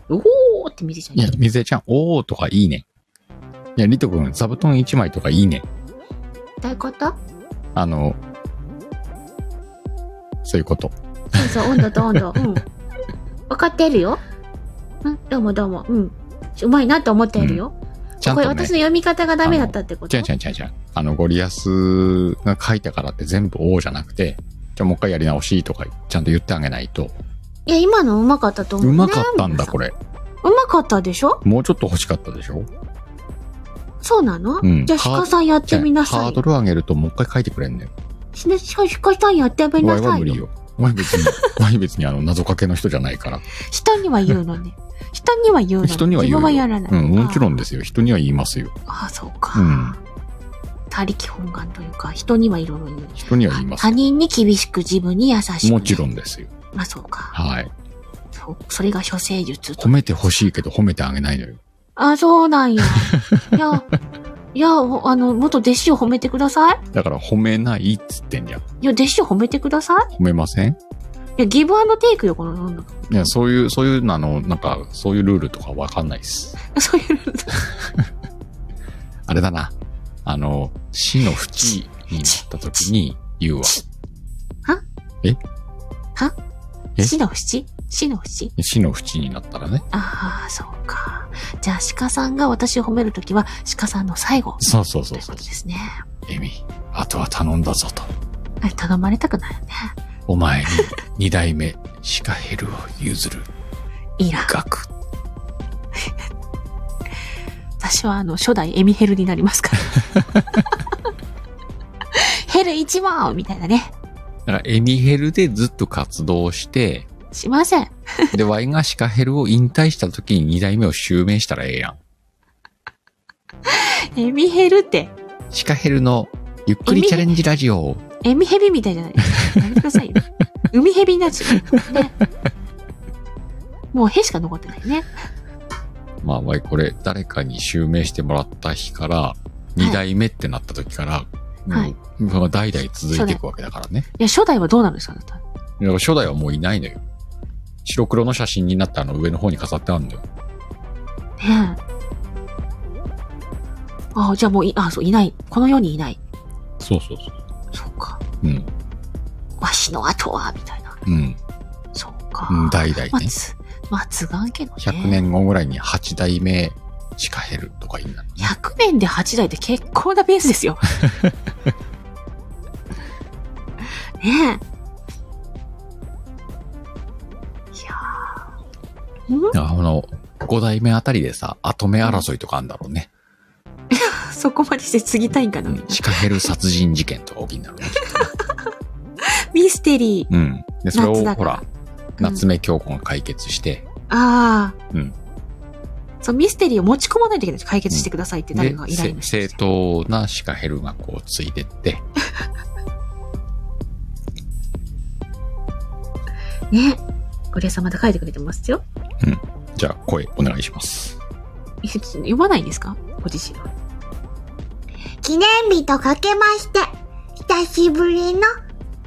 Speaker 2: おーって見てちゃ
Speaker 1: いや
Speaker 2: う、。
Speaker 1: 水江ちゃん、おーとかいいね。いや、リト君、座布団一枚とかいいね。
Speaker 2: どういうこと
Speaker 1: あの、そういうこと。
Speaker 2: そうそう、温度と温度。うん。分かってるよ。うん、どうもどうも。うん。うまいなと思ってるよ。
Speaker 1: ちゃん
Speaker 2: これ
Speaker 1: とね
Speaker 2: 私の。読み方がダメだったってこと
Speaker 1: 違う違う違う違う。あの、ゴリアスが書いたからって全部おーじゃなくて、じゃあもう一回やり直しとか、ちゃんと言ってあげないと。
Speaker 2: いや、今のうまかったと思
Speaker 1: う
Speaker 2: う、ね。
Speaker 1: まかったんだ、こ
Speaker 2: れ。
Speaker 1: れ。
Speaker 2: うまかったでしょ
Speaker 1: もうちょっと欲しかったでしょ
Speaker 2: そうなの、
Speaker 1: うん
Speaker 2: じゃあ、
Speaker 1: ハー
Speaker 2: 鹿さんやってみなさ
Speaker 1: ハー
Speaker 2: い
Speaker 1: ド。ル上げるともう一回書いてくれんねん。
Speaker 2: しなし鹿さんやってみ
Speaker 1: お
Speaker 2: な
Speaker 1: 前は
Speaker 2: さ
Speaker 1: 無
Speaker 2: い
Speaker 1: 理
Speaker 2: よ。
Speaker 1: よ。お前別に、 お前別にあの、謎かけの人じゃないから。
Speaker 2: 人には言う のね。人には言うのね。
Speaker 1: 人には言うよ
Speaker 2: 自分はやらない。
Speaker 1: うん、もちろ
Speaker 2: ん。
Speaker 1: んですよ。人には言いますよ。
Speaker 2: ああ、そうか。
Speaker 1: うん
Speaker 2: 他力本願というか、人にはいろいろ言う。
Speaker 1: 人には言います
Speaker 2: 他。人に厳しく自分に優しく。
Speaker 1: もちろ
Speaker 2: ん。
Speaker 1: んですよ。
Speaker 2: まあそうか。
Speaker 1: はい。
Speaker 2: そうそれが処世術と
Speaker 1: 褒めてほしいけど褒めてあげないのよ。
Speaker 2: あ、そうなんや。いや、いや、おあの、元弟子を褒めてください。
Speaker 1: だから褒めないっつってんじゃん。
Speaker 2: いや、弟子を褒めてください。
Speaker 1: 褒めません
Speaker 2: いや、ギブアンドテイクよ、この世の中。
Speaker 1: いや、そういう、そういうの、あの、なんか、そういうルールとかわかんないです。
Speaker 2: そういうの、
Speaker 1: あれだな。あの、死の淵になった時に言うわ。え
Speaker 2: 死の淵死の淵
Speaker 1: 死の淵になったらね。
Speaker 2: ああ、そうか。じゃあ、鹿さんが私を褒めるときは、鹿さんの最後。
Speaker 1: そうそう
Speaker 2: と
Speaker 1: そ
Speaker 2: いうう
Speaker 1: そ
Speaker 2: こ
Speaker 1: う
Speaker 2: と。ですね。
Speaker 1: エミ、あとは頼んだぞと。
Speaker 2: あれ頼まれたくないよね。
Speaker 1: お前に二代目、シカヘルを譲る
Speaker 2: いいな。
Speaker 1: 額。
Speaker 2: 私は、あの、初代エミヘルになりますから。ヘル一番みたいなね。
Speaker 1: だから、エミヘルでずっと活動して、
Speaker 2: しません。
Speaker 1: で、ワイがシカヘルを引退した時に二代目を襲名したらええやん。
Speaker 2: エミヘルって、
Speaker 1: シカヘルのゆっくりチャレンジラジオ。
Speaker 2: エミヘビみたいじゃないですか。やめてくだ さいよ。海ヘビになっちゃう。ね。もうヘしか残ってないね。
Speaker 1: まあ、ワイこれ、誰かに襲名してもらった日から、二代目ってなった時から、
Speaker 2: はい
Speaker 1: うんまあ代々続いていくわけだからね。
Speaker 2: いや、初代はどうなるんですかあなた
Speaker 1: だから初代はもういないのよ。白黒の写真になったあの上の方に飾ってあるんだよ。
Speaker 2: ねえ。ああ、じゃあもうい、あそう、いない。この世にいない。
Speaker 1: そうそうそう。
Speaker 2: そうか。
Speaker 1: うん。
Speaker 2: わしの後は、みたいな。
Speaker 1: うん。
Speaker 2: そうか。
Speaker 1: うん代々ね。
Speaker 2: まあ、つ、まあ、つがんけどね。
Speaker 1: 100。年後ぐらいに8代目しか減るとかになる。
Speaker 2: 100年で8代って結構なペースですよ。
Speaker 3: ねえ。いやーん
Speaker 1: あの、5代目あたりでさ、後目争いとかあんだろうね。
Speaker 3: そこまでして継ぎたいんかな、みんな
Speaker 1: シカヘル殺人事件とか起きんだろうね。
Speaker 3: ミステリー。
Speaker 1: うん。で、それ
Speaker 3: 夏
Speaker 1: を、
Speaker 3: だか
Speaker 1: ほ
Speaker 3: ら
Speaker 1: ら、夏目京子が解決して、
Speaker 3: ああ。
Speaker 1: うん。
Speaker 3: そう、ミステリーを持ち込まないといけない。解決してくださいって誰
Speaker 1: で
Speaker 3: が、依頼
Speaker 1: せ
Speaker 3: の人
Speaker 1: 正
Speaker 3: ですね
Speaker 1: 当なシカヘルがこう、ついてって、
Speaker 3: ねゴリエ様と書いてくれてますよ。
Speaker 1: じゃあ声お願いします。
Speaker 3: いつ読まないんですかご自身は。
Speaker 2: 記念日とかけまして、久しぶりの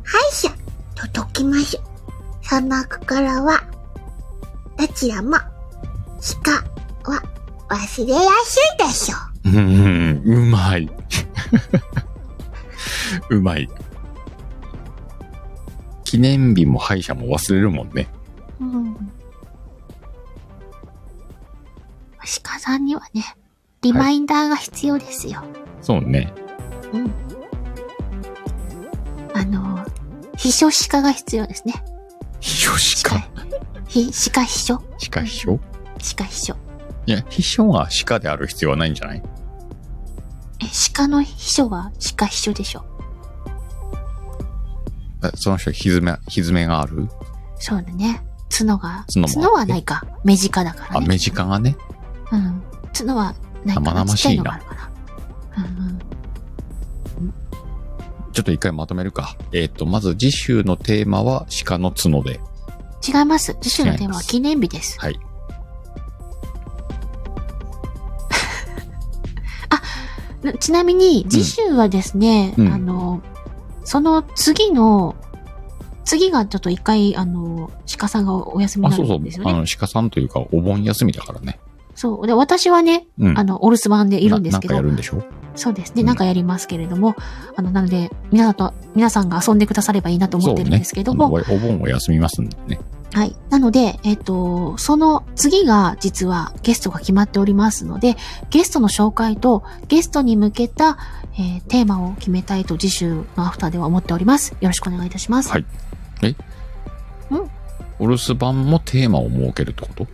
Speaker 2: 歯医者と解きましょう。その心は、どちらも、鹿は忘れやすいでしょう。
Speaker 1: うんうん、うま い。うまい。記念日も歯医者も忘れるもんね。
Speaker 3: うん。
Speaker 2: 鹿さんにはね、リマインダーが必要ですよ。
Speaker 1: そうね。
Speaker 2: あの、秘書鹿が必要ですね。
Speaker 1: 秘書シカ。
Speaker 2: ひ、鹿秘書
Speaker 1: シカ秘書
Speaker 2: 鹿秘書。
Speaker 1: いや、秘書がシカである必要はないんじゃない
Speaker 2: え、鹿の秘書は鹿秘書でしょ。
Speaker 1: えその人、ひずめ、ひずめがある
Speaker 2: そうだね。角が。
Speaker 1: 角もあって
Speaker 2: はないか。目近だから
Speaker 1: あ、
Speaker 2: ね。
Speaker 1: 目近がね。
Speaker 2: うん。角はないか
Speaker 1: 生
Speaker 2: な。
Speaker 1: 々
Speaker 2: ちっちゃ
Speaker 1: し
Speaker 2: い
Speaker 1: い
Speaker 2: の
Speaker 1: な
Speaker 2: があるから。うんうん。
Speaker 1: ちょっと一回まとめるか。えっ、と、まず次週のテーマは鹿の角で。
Speaker 2: 違います。次週のテーマは記念日です。
Speaker 1: はい。
Speaker 2: なちなみに、次週はですね、
Speaker 1: うん
Speaker 2: あの、その次の、次がちょっと一回、あの、鹿さんがお休み
Speaker 1: あ、
Speaker 2: にな
Speaker 1: そうそ
Speaker 2: る
Speaker 1: う。
Speaker 2: んですよ
Speaker 1: あ
Speaker 2: ね。
Speaker 1: の、鹿さんというか、お盆休みだからね。
Speaker 2: そうで、私はね、
Speaker 1: うん。
Speaker 2: あの、お留守番でいるんですけ
Speaker 1: な
Speaker 2: ど
Speaker 1: なんかや、るんでしょ
Speaker 2: そうですね、
Speaker 1: うん
Speaker 2: なんかやりますけれども、あの、なので、皆さんと、皆さんが遊んでくださればいいなと思ってるんですけども、
Speaker 1: そうね、おお盆を休みますんでね。
Speaker 2: はい。なので、えっ、と、その次が実はゲストが決まっておりますので、ゲストの紹介とゲストに向けた、えーテーマを決めたいと次週のアフターでは思っております。よろしくお願いいたします。
Speaker 1: はいお留守番もテーマを設けるってこと
Speaker 2: い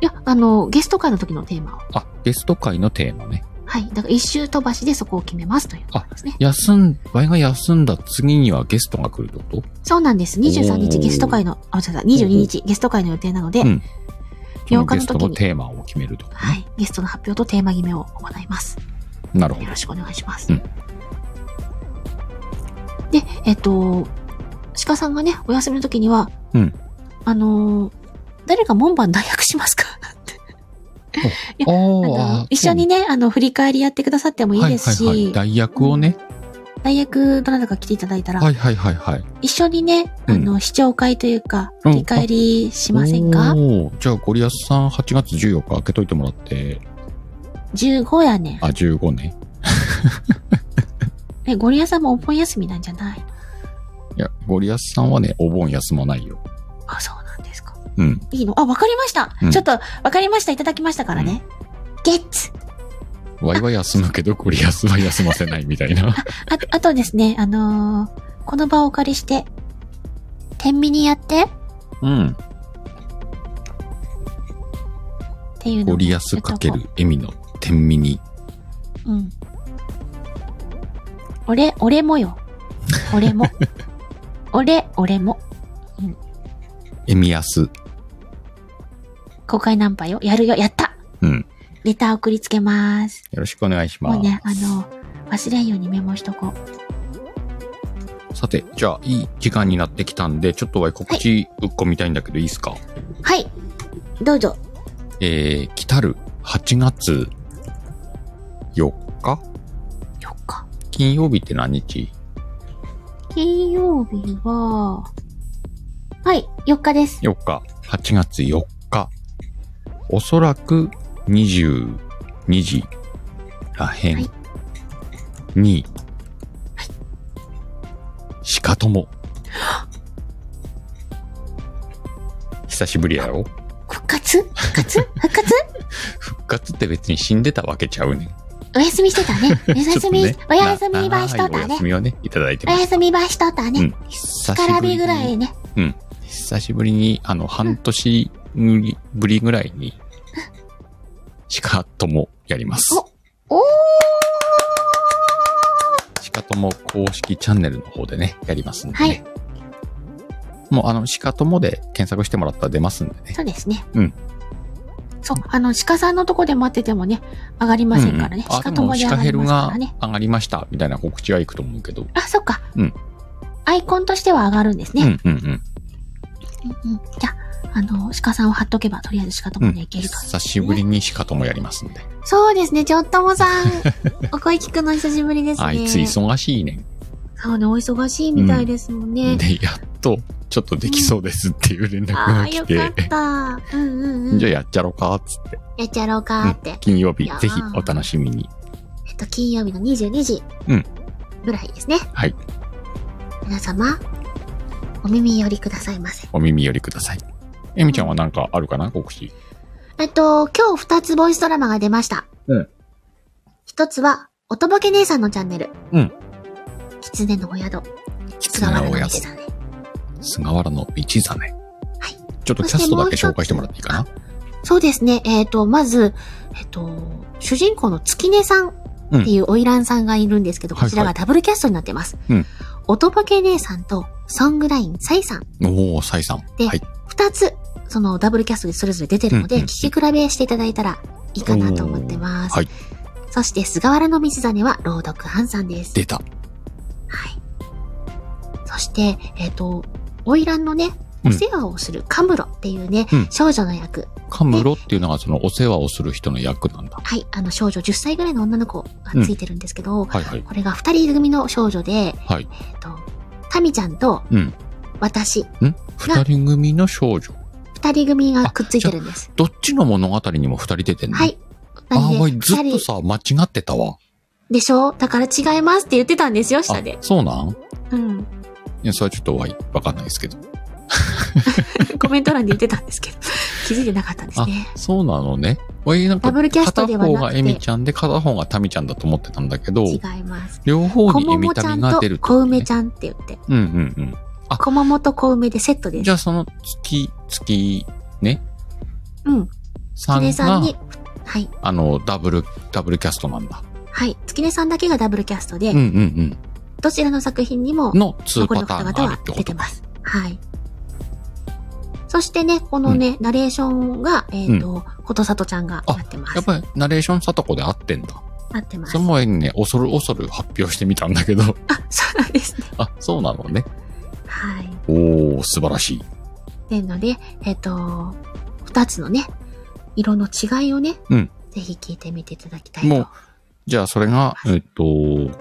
Speaker 2: や、あの、ゲスト会の時のテーマを。
Speaker 1: あ、ゲスト会のテーマね。
Speaker 2: はい。だから一周飛ばしでそこを決めますということですね。
Speaker 1: 休ん、場合が休んだ次にはゲストが来るってこと
Speaker 2: そうなんです。23日
Speaker 1: おー
Speaker 2: ゲスト会の、あ、違う、22日ゲスト会の予定なので、
Speaker 1: うん
Speaker 2: 8日
Speaker 1: ゲ
Speaker 2: の
Speaker 1: スト
Speaker 2: 時
Speaker 1: の
Speaker 2: に、
Speaker 1: テーマを決めるとか、
Speaker 2: はい。ゲストの発表とテーマ決めを行います。
Speaker 1: なるほ
Speaker 2: よ
Speaker 1: ど。
Speaker 2: ろしくお願いします。
Speaker 1: うん
Speaker 2: で、えっと、鹿さんがね、お休みの時には、
Speaker 1: うん
Speaker 2: あのー誰が門番代役しますかって。いあ
Speaker 1: あ
Speaker 2: の一緒に
Speaker 1: ね、
Speaker 2: ね、あの、振り返りやってくださってもいいですし、
Speaker 1: はいはいはい。代役をね。
Speaker 2: 代役どなたか来ていただいたら、
Speaker 1: はいはいはいはい。
Speaker 2: 一緒にね、あの、視聴会というか、
Speaker 1: うん
Speaker 2: 振り返りしませんか、
Speaker 1: おーじゃあ、ゴリアスさん8月14日開けといてもらって、
Speaker 2: ?15 やねん
Speaker 1: あ、。15ね。
Speaker 2: ね、ゴリアさんもお盆休みなんじゃない
Speaker 1: いや、ゴリアスさんはね、お盆休まないよ。
Speaker 2: あ、そうなんですか。
Speaker 1: うん。
Speaker 2: いいのあ、わかりました、
Speaker 1: うん
Speaker 2: ちょっと、わかりました。いただきましたからね。ゲッツ
Speaker 1: ワイは休むけど、ゴリアスは休ませないみたい な。
Speaker 2: あと、あとですね、あのーこの場をお借りして、天秤にやってっ
Speaker 1: うん。
Speaker 2: ていうの
Speaker 1: ゴ
Speaker 2: を
Speaker 1: リアスかけるエミの天秤に。
Speaker 2: うん。俺、俺もよ。俺 も。俺、俺も。
Speaker 1: エミアス。
Speaker 2: 公開ナンパよ。やるよ。やった
Speaker 1: うん。
Speaker 2: レター送りつけます。
Speaker 1: よろしくお願いします。
Speaker 2: もうね、あの忘れんようにメモしとこう。
Speaker 1: さて、じゃあ、いい時間になってきたんで、ちょっとは告知うっこみたいんだけど、いいですか
Speaker 2: はい。どうぞ。
Speaker 1: えー、来たる8月4日
Speaker 2: 4日。
Speaker 1: 金曜日って何日
Speaker 2: 金曜日は、はい、4日です。
Speaker 1: ?4 日。8月4日。おそらく22時らへ
Speaker 2: はい
Speaker 1: んに、しかとも。久しぶりやろ
Speaker 2: 復活復活復活
Speaker 1: 復活って別に死んでたわけちゃうねん。
Speaker 2: お休みしてたね。お休み、お休みばしとっ
Speaker 1: 長い
Speaker 2: た
Speaker 1: お
Speaker 2: ね
Speaker 1: 休。みをね、いただいて
Speaker 2: お
Speaker 1: ます。
Speaker 2: 休みばしとった
Speaker 1: う
Speaker 2: ね
Speaker 1: ん。
Speaker 2: スカラビぐらいね。
Speaker 1: 久しぶりに、あの、半年ぶりぐらいに、シカともやります。
Speaker 2: おー
Speaker 1: シカとも公式チャンネルの方でね、やりますんで、ね。
Speaker 2: はい
Speaker 1: もう、あの、シカともで検索してもらったら出ますんでね。
Speaker 4: そうですね。
Speaker 1: うん。
Speaker 4: そう、あの、鹿さんのとこで待っててもね、上がりませんからね。
Speaker 1: うんうんあ、で
Speaker 4: 鹿とも
Speaker 1: も、
Speaker 4: に
Speaker 1: シ
Speaker 4: 上
Speaker 1: カ
Speaker 4: が
Speaker 1: ヘ
Speaker 4: り
Speaker 1: ル
Speaker 4: ますか
Speaker 1: が
Speaker 4: らね。
Speaker 1: 上がりました、みたいな告知は行くと思うけど。
Speaker 4: あ、そっか。
Speaker 1: うん
Speaker 4: アイコンとしては上がるんです
Speaker 1: う
Speaker 4: ね。
Speaker 1: んうんうん。
Speaker 4: うんうんじゃあ、あの、鹿さんを貼っとけば、とりあえず鹿ともにはいけるか。
Speaker 1: 久しぶりにシカともやりますんで。
Speaker 2: そうですね、ちょっとも さん。お声聞くの久しぶりですね。
Speaker 1: あいつ忙しいね。
Speaker 4: そうね、お忙しいみたいですもんね。
Speaker 1: で、やっと、ちょっとできそうですっていう連絡
Speaker 2: あ
Speaker 1: が
Speaker 2: あ、よ
Speaker 1: 来、
Speaker 2: かってた。うんうんう ん。
Speaker 1: じゃ
Speaker 2: や
Speaker 1: あやっちゃろうか、つって。
Speaker 2: っちゃろうかって。
Speaker 1: うん金曜日
Speaker 2: いや、ー
Speaker 1: ぜひお楽しみに。
Speaker 2: えっと、金曜日の22時。
Speaker 1: うん
Speaker 2: ぐらいですね。
Speaker 1: はい。
Speaker 2: 皆様、お耳寄りくださいませ。
Speaker 1: お耳寄りください。えみちゃんはなんかあるかな告知。
Speaker 2: えっと、今日二つボイスドラマが出ました。
Speaker 1: うん。
Speaker 2: 一つは、おとぼけ姉さんのチャンネル。
Speaker 1: うん。
Speaker 2: 狐のお宿。菅
Speaker 1: の
Speaker 2: 原
Speaker 1: お
Speaker 2: の
Speaker 1: 宿
Speaker 2: 道だね。
Speaker 1: 菅原の道真。はい。ちょっとキ
Speaker 2: そ
Speaker 1: ャ
Speaker 2: して
Speaker 1: ストだけ紹
Speaker 2: もう一
Speaker 1: 介
Speaker 2: つ
Speaker 1: してもらっていいかな
Speaker 2: そうですね。えっ、と、まず、えっ、と、主人公の月音さんっていう花魁さんがいるんですけど、
Speaker 1: はいはい
Speaker 2: こちらがダブルキャストになってます。
Speaker 1: うん
Speaker 2: おとぼけ姉さんと、ソングライン、サイさん。
Speaker 1: おー、サイさん。
Speaker 2: で
Speaker 1: はい。
Speaker 2: 二つ、そのダブルキャストでそれぞれ出てるので、
Speaker 1: うんうん
Speaker 2: 聞き比べしていただいたらいいかなと思ってます。
Speaker 1: おーはい
Speaker 2: そして、菅原の道真は朗読班さんです。
Speaker 1: 出た。
Speaker 2: はい。そして、えっ、と、花魁のね、
Speaker 1: うん
Speaker 2: お世話をするカムロっていうね、
Speaker 1: うん
Speaker 2: 少女の役。
Speaker 1: カムロっていうのがそのお世話をする人の役なんだ。
Speaker 2: はい、あの少女10歳ぐらいの女の子がついてるんですけど、
Speaker 1: はいはい。
Speaker 2: これが二人組の少女で、
Speaker 1: はい。
Speaker 2: えっ、と、タミちゃんと
Speaker 1: うん。
Speaker 2: 私、
Speaker 1: ん二人組の少女。
Speaker 2: 二人組がくっついてるんです。
Speaker 1: どっちの物語にも二人出てんの
Speaker 2: は。い。
Speaker 1: あ
Speaker 2: なん
Speaker 1: ー、
Speaker 2: で
Speaker 1: おい、ずっ
Speaker 2: 二
Speaker 1: とさ、
Speaker 2: 人
Speaker 1: 間違ってたわ。
Speaker 2: でしょだから違いますって言ってたんですよ、
Speaker 1: あ
Speaker 2: 下で、。
Speaker 1: そうなん
Speaker 2: うん。
Speaker 1: いや、それはちょっとわいわかんないですけど。
Speaker 2: コメント欄で言ってたんです けど、気づいてなかったんですね。
Speaker 1: そうなのね。わい、なんか、
Speaker 2: ダブルキャスト
Speaker 1: 片
Speaker 2: ではなく
Speaker 1: 方が
Speaker 2: て
Speaker 1: エミちゃんで、片方がタミちゃんだと思ってたんだけど、
Speaker 2: 違います。
Speaker 1: 両方
Speaker 2: 小
Speaker 1: にエミ
Speaker 2: 桃ち
Speaker 1: タ
Speaker 2: ゃん
Speaker 1: ミが
Speaker 2: と
Speaker 1: 出るってこ
Speaker 2: 小
Speaker 1: とね
Speaker 2: 梅ちゃんって言って、
Speaker 1: うんうんあ
Speaker 2: 小桃と小梅でセット
Speaker 1: う
Speaker 2: で
Speaker 1: ん。
Speaker 2: す
Speaker 1: じゃ。あ、その月、月、ね、
Speaker 2: うん。
Speaker 1: さん
Speaker 2: 月音さ
Speaker 1: が
Speaker 2: ん、に、はい。
Speaker 1: あの、ダブル、ダブルキャストなんだ。
Speaker 2: はい。月音さんだけがダブルキャストで、
Speaker 1: うんうん
Speaker 2: どちらの作品にも
Speaker 1: うん。の2
Speaker 2: 残り
Speaker 1: パ
Speaker 2: の
Speaker 1: ターンが
Speaker 2: 方々
Speaker 1: ある
Speaker 2: は
Speaker 1: ってこ
Speaker 2: 出
Speaker 1: と
Speaker 2: て
Speaker 1: か。
Speaker 2: ます。はい。そしてね、このね、ナレーションが、えっ、と、ことさとちゃんが
Speaker 1: あ
Speaker 2: なってま
Speaker 1: や
Speaker 2: す
Speaker 1: っ。ぱり、ナレーションさとこで合ってんだ。
Speaker 2: なってます。
Speaker 1: その前にね、恐る恐る発表してみたんだけど、
Speaker 2: あ、そうなんですね。
Speaker 1: あ、そうなのね。
Speaker 2: はい。
Speaker 1: おー、素晴らしい。
Speaker 2: でので、えっ、と、二つのね、色の違いをね、
Speaker 1: うん
Speaker 2: ぜひ聞いてみていただきたいと。
Speaker 1: もうじゃあ、それが、えっと、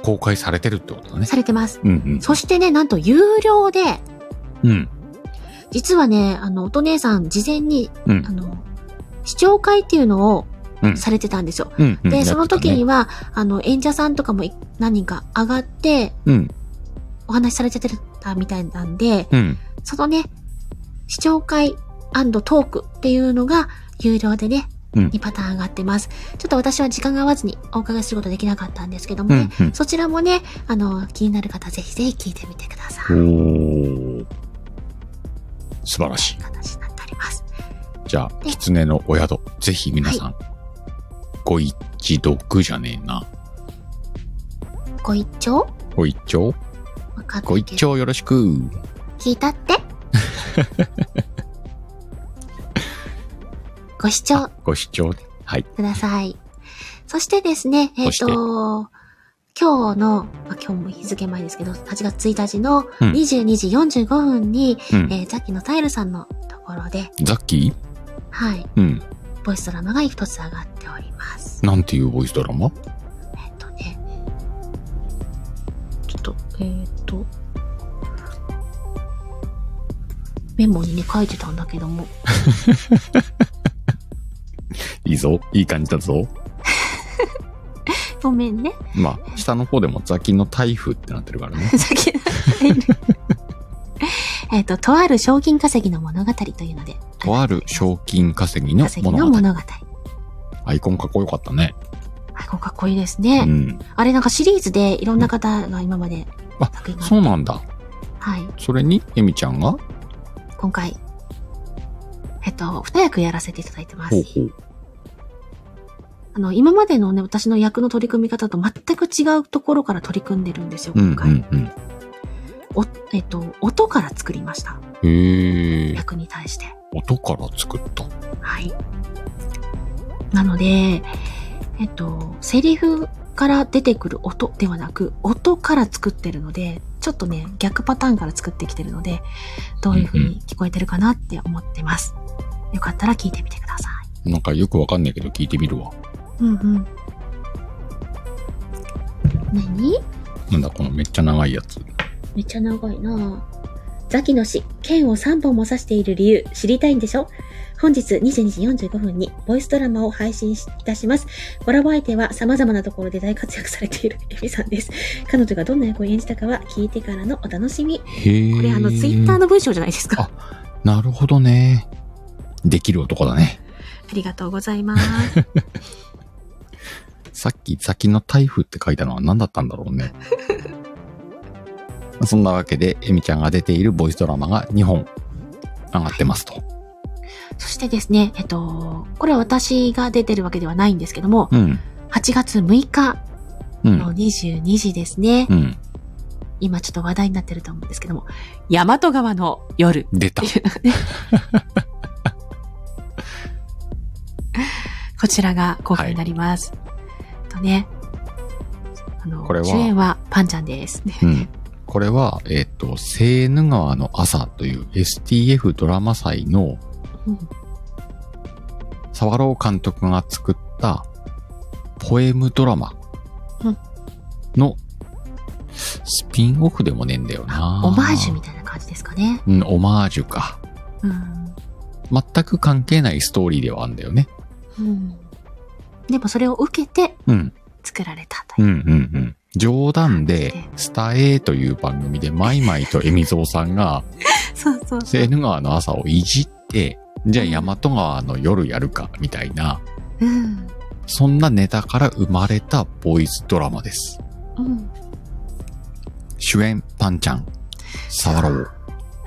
Speaker 1: 公開されてるってことだね。
Speaker 2: されてます。
Speaker 1: うんうん。
Speaker 2: そしてね、なんと有料で、
Speaker 1: うん。
Speaker 2: 実はね、あの、おと姉さん、事前に、
Speaker 1: うん
Speaker 2: あ。の、視聴会っていうのを
Speaker 1: うん
Speaker 2: されてたんですよ。
Speaker 1: うんうん。
Speaker 2: で、
Speaker 1: やってたね
Speaker 2: その時に、は、あの、演者さんとかもい何人か上がって、
Speaker 1: うん。
Speaker 2: お話しされちゃってたみたいなんで、
Speaker 1: うん。
Speaker 2: そのね、視聴会トークっていうのが有料でね、
Speaker 1: うん
Speaker 2: 2パターン上がってます。ちょっと私は時間が合わずにお伺いすることできなかったんですけども
Speaker 1: う
Speaker 2: ね、
Speaker 1: んうん。
Speaker 2: そちらもね、あの、気になる方ぜひぜひ聞いてみてください。
Speaker 1: おー。素晴らしい。
Speaker 2: 形になっております。
Speaker 1: じゃあ、
Speaker 2: で
Speaker 1: 狐のお宿、ぜひ皆さん、ご一読じゃねえな。
Speaker 2: ご一聴
Speaker 1: ご一聴
Speaker 2: わかんな
Speaker 1: ご
Speaker 2: い
Speaker 1: 一
Speaker 2: けど
Speaker 1: 聴よろしく。
Speaker 2: 聞いたって ご視聴
Speaker 1: あご視聴。はい。
Speaker 2: ください。そしてですね、えっ、
Speaker 1: そして
Speaker 2: と、今日の、まあ、今日も日付前ですけど、8月1日の
Speaker 1: うん
Speaker 2: 22時45分に、
Speaker 1: うん。
Speaker 2: えー、ザッキーのタイルさんのところで、
Speaker 1: ザッキ
Speaker 2: はい、
Speaker 1: ーうん。
Speaker 2: ボイスドラマが一つ上がっております。
Speaker 1: なんていうボイスドラマ
Speaker 2: えっ、とね、ちょっと、えっ、と、メモにね、書いてたんだけども、
Speaker 1: いいぞ。いい感じだぞ。
Speaker 2: ごめんね。
Speaker 1: まあ、下の方でもザキの台風ってなってるから ね。
Speaker 2: 先 えっと、とある賞金稼ぎの物語というので。
Speaker 1: とある賞金稼ぎの
Speaker 2: 稼ぎの
Speaker 1: 物語。
Speaker 2: 物語。
Speaker 1: アイコンかっこよかったね。
Speaker 2: あこれかっこいいですね。
Speaker 1: うん。
Speaker 2: あれなんかシリーズでいろんな方が今まで
Speaker 1: あ
Speaker 2: 作品があって
Speaker 1: そうなんだ。
Speaker 2: はい、
Speaker 1: それに、エミちゃんが
Speaker 2: 今回、えっと、二役やらせていただいてます。
Speaker 1: ほう。
Speaker 2: あの、今までのね、私の役の取り組み方と全く違うところから取り組んでるんですよ、
Speaker 1: うんう
Speaker 2: 今回。
Speaker 1: んうん。
Speaker 2: おえっと、音から作りました。
Speaker 1: へえ。
Speaker 2: 役に対して。
Speaker 1: 音から作った。
Speaker 2: はい。なので、えっと、セリフから出てくる音ではなく、音から作ってるので、ちょっとね、逆パターンから作ってきてるので、どういう風に聞こえてるかなって思ってます。よかったら聞いてみてください。
Speaker 1: なんかよくわかんないけど聞いてみるわ。
Speaker 2: うんうん。何
Speaker 1: なんだこのめっちゃ長いやつ。
Speaker 2: めっちゃ長いなぁ。ザキの死、剣を3本も刺している理由、知りたいんでしょ本日22時45分に、ボイスドラマを配信いたします。コラボ相手は様々なところで大活躍されている エミさんです。彼女がどんな役を演じたかは、聞いてからのお楽しみ。
Speaker 1: へえ。
Speaker 2: これ、あの、ツイッターの文章じゃないですか。
Speaker 1: あなるほどね。できる男だね。
Speaker 2: ありがとうございます。
Speaker 1: さっき先の台風って書いたのは何だったんだろうね。 そんなわけで、エミちゃんが出ているボイスドラマが2本上がってますと。
Speaker 2: そしてですね、えっと、これは私が出てるわけではないんですけども、
Speaker 1: うん。
Speaker 2: 8月6日
Speaker 1: うん。
Speaker 2: の22時ですね。
Speaker 1: うん。
Speaker 2: 今ちょっと話題になってると思うんですけども、大和川の夜。
Speaker 1: 出た。
Speaker 2: こちらが公開になります。とね、あの、
Speaker 1: これは
Speaker 2: 主演はパンちゃんです。ね
Speaker 1: うん。これは、えっ、と、セーヌ川の朝という STF ドラマ祭の
Speaker 2: うん
Speaker 1: 沢朗監督が作ったポエムドラマ
Speaker 2: うん
Speaker 1: のスピンオフでもねえんだよな。
Speaker 2: オマージュみたいな感じですかね。
Speaker 1: うん、オマージュか。
Speaker 2: うん。
Speaker 1: 全く関係ないストーリーではあるんだよね。
Speaker 2: うん、でもそれを受けて
Speaker 1: うん。
Speaker 2: 作られたと
Speaker 1: う
Speaker 2: い
Speaker 1: ん
Speaker 2: う。
Speaker 1: うんうん。冗談で
Speaker 2: ね、
Speaker 1: スタエーという番組で、マイマイとエミゾウさんが、
Speaker 2: そうそうそう。
Speaker 1: セーヌ川の朝をいじって、じゃあ大和川の夜やるか、みたいな、
Speaker 2: うん。
Speaker 1: そんなネタから生まれたボイスドラマです。
Speaker 2: うん。
Speaker 1: 主演、パンちゃん、サワロー、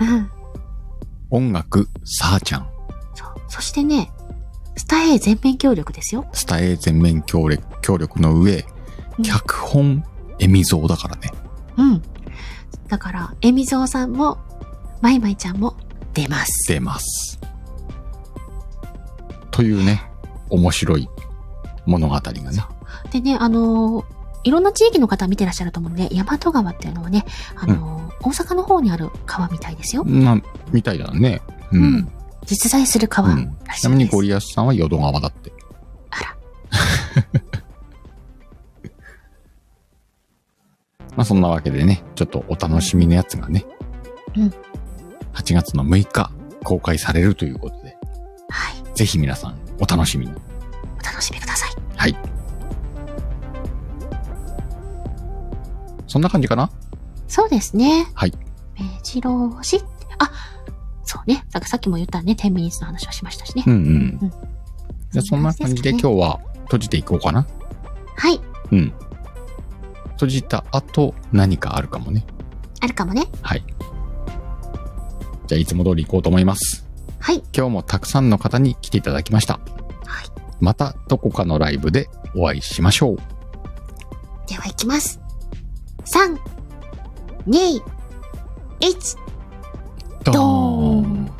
Speaker 2: うん。
Speaker 1: 音楽、サーちゃん、
Speaker 2: そう。そしてね、スター A 全面協力ですよ。
Speaker 1: スタエー全面協力協力の上
Speaker 2: う、ん
Speaker 1: 脚本、エミゾウだからね。
Speaker 2: うん。だから、エミゾウさんも、マイマイちゃんも出ます。
Speaker 1: 出ます。というね、面白い物語がね。
Speaker 2: でね、あのーいろんな地域の方見てらっしゃると思うんで、大和川っていうのはね、あのー大阪の方にある川みたいですよ。
Speaker 1: な、みたいだね。う。
Speaker 2: うん実在する
Speaker 1: う
Speaker 2: 川らしい
Speaker 1: ん
Speaker 2: で。す。
Speaker 1: ちなみにゴリアスさんは淀川だって。
Speaker 2: あら。
Speaker 1: まあそんなわけでね、ちょっとお楽しみのやつがね、
Speaker 2: うん
Speaker 1: 8月の6日公開されるということで、
Speaker 2: はい。
Speaker 1: ぜひ皆さんお楽しみに。
Speaker 2: お楽しみください。
Speaker 1: はい。そんな感じかな
Speaker 2: そうですね。
Speaker 1: はい。
Speaker 2: 目白押しって、あ、そうね。だからさっきも言ったね、10ミニッツの話はしましたしね
Speaker 1: う。んうん。
Speaker 2: うん
Speaker 1: じゃあそんな感じで今日
Speaker 2: 日。
Speaker 1: は閉じていこうかな。
Speaker 2: はい。
Speaker 1: うん。閉じた後何かあるかもね。
Speaker 2: あるかもね。
Speaker 1: はい。じゃあいつも通り行こうと思います。
Speaker 2: はい。
Speaker 1: 今日もたくさんの方に来ていただきました。
Speaker 2: はい。
Speaker 1: またどこかのライブでお会いしましょう。
Speaker 2: では行きます。
Speaker 5: 3、2、1、
Speaker 1: ド
Speaker 2: ーン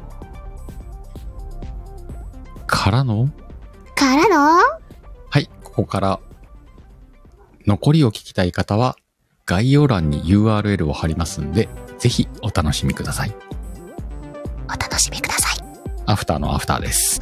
Speaker 1: からの
Speaker 5: からの、
Speaker 1: はい、ここから。残りを聞きたい方は、概要欄に URL を貼りますんで、ぜひお楽しみください。
Speaker 5: お楽しみください。
Speaker 1: アフターのアフターです。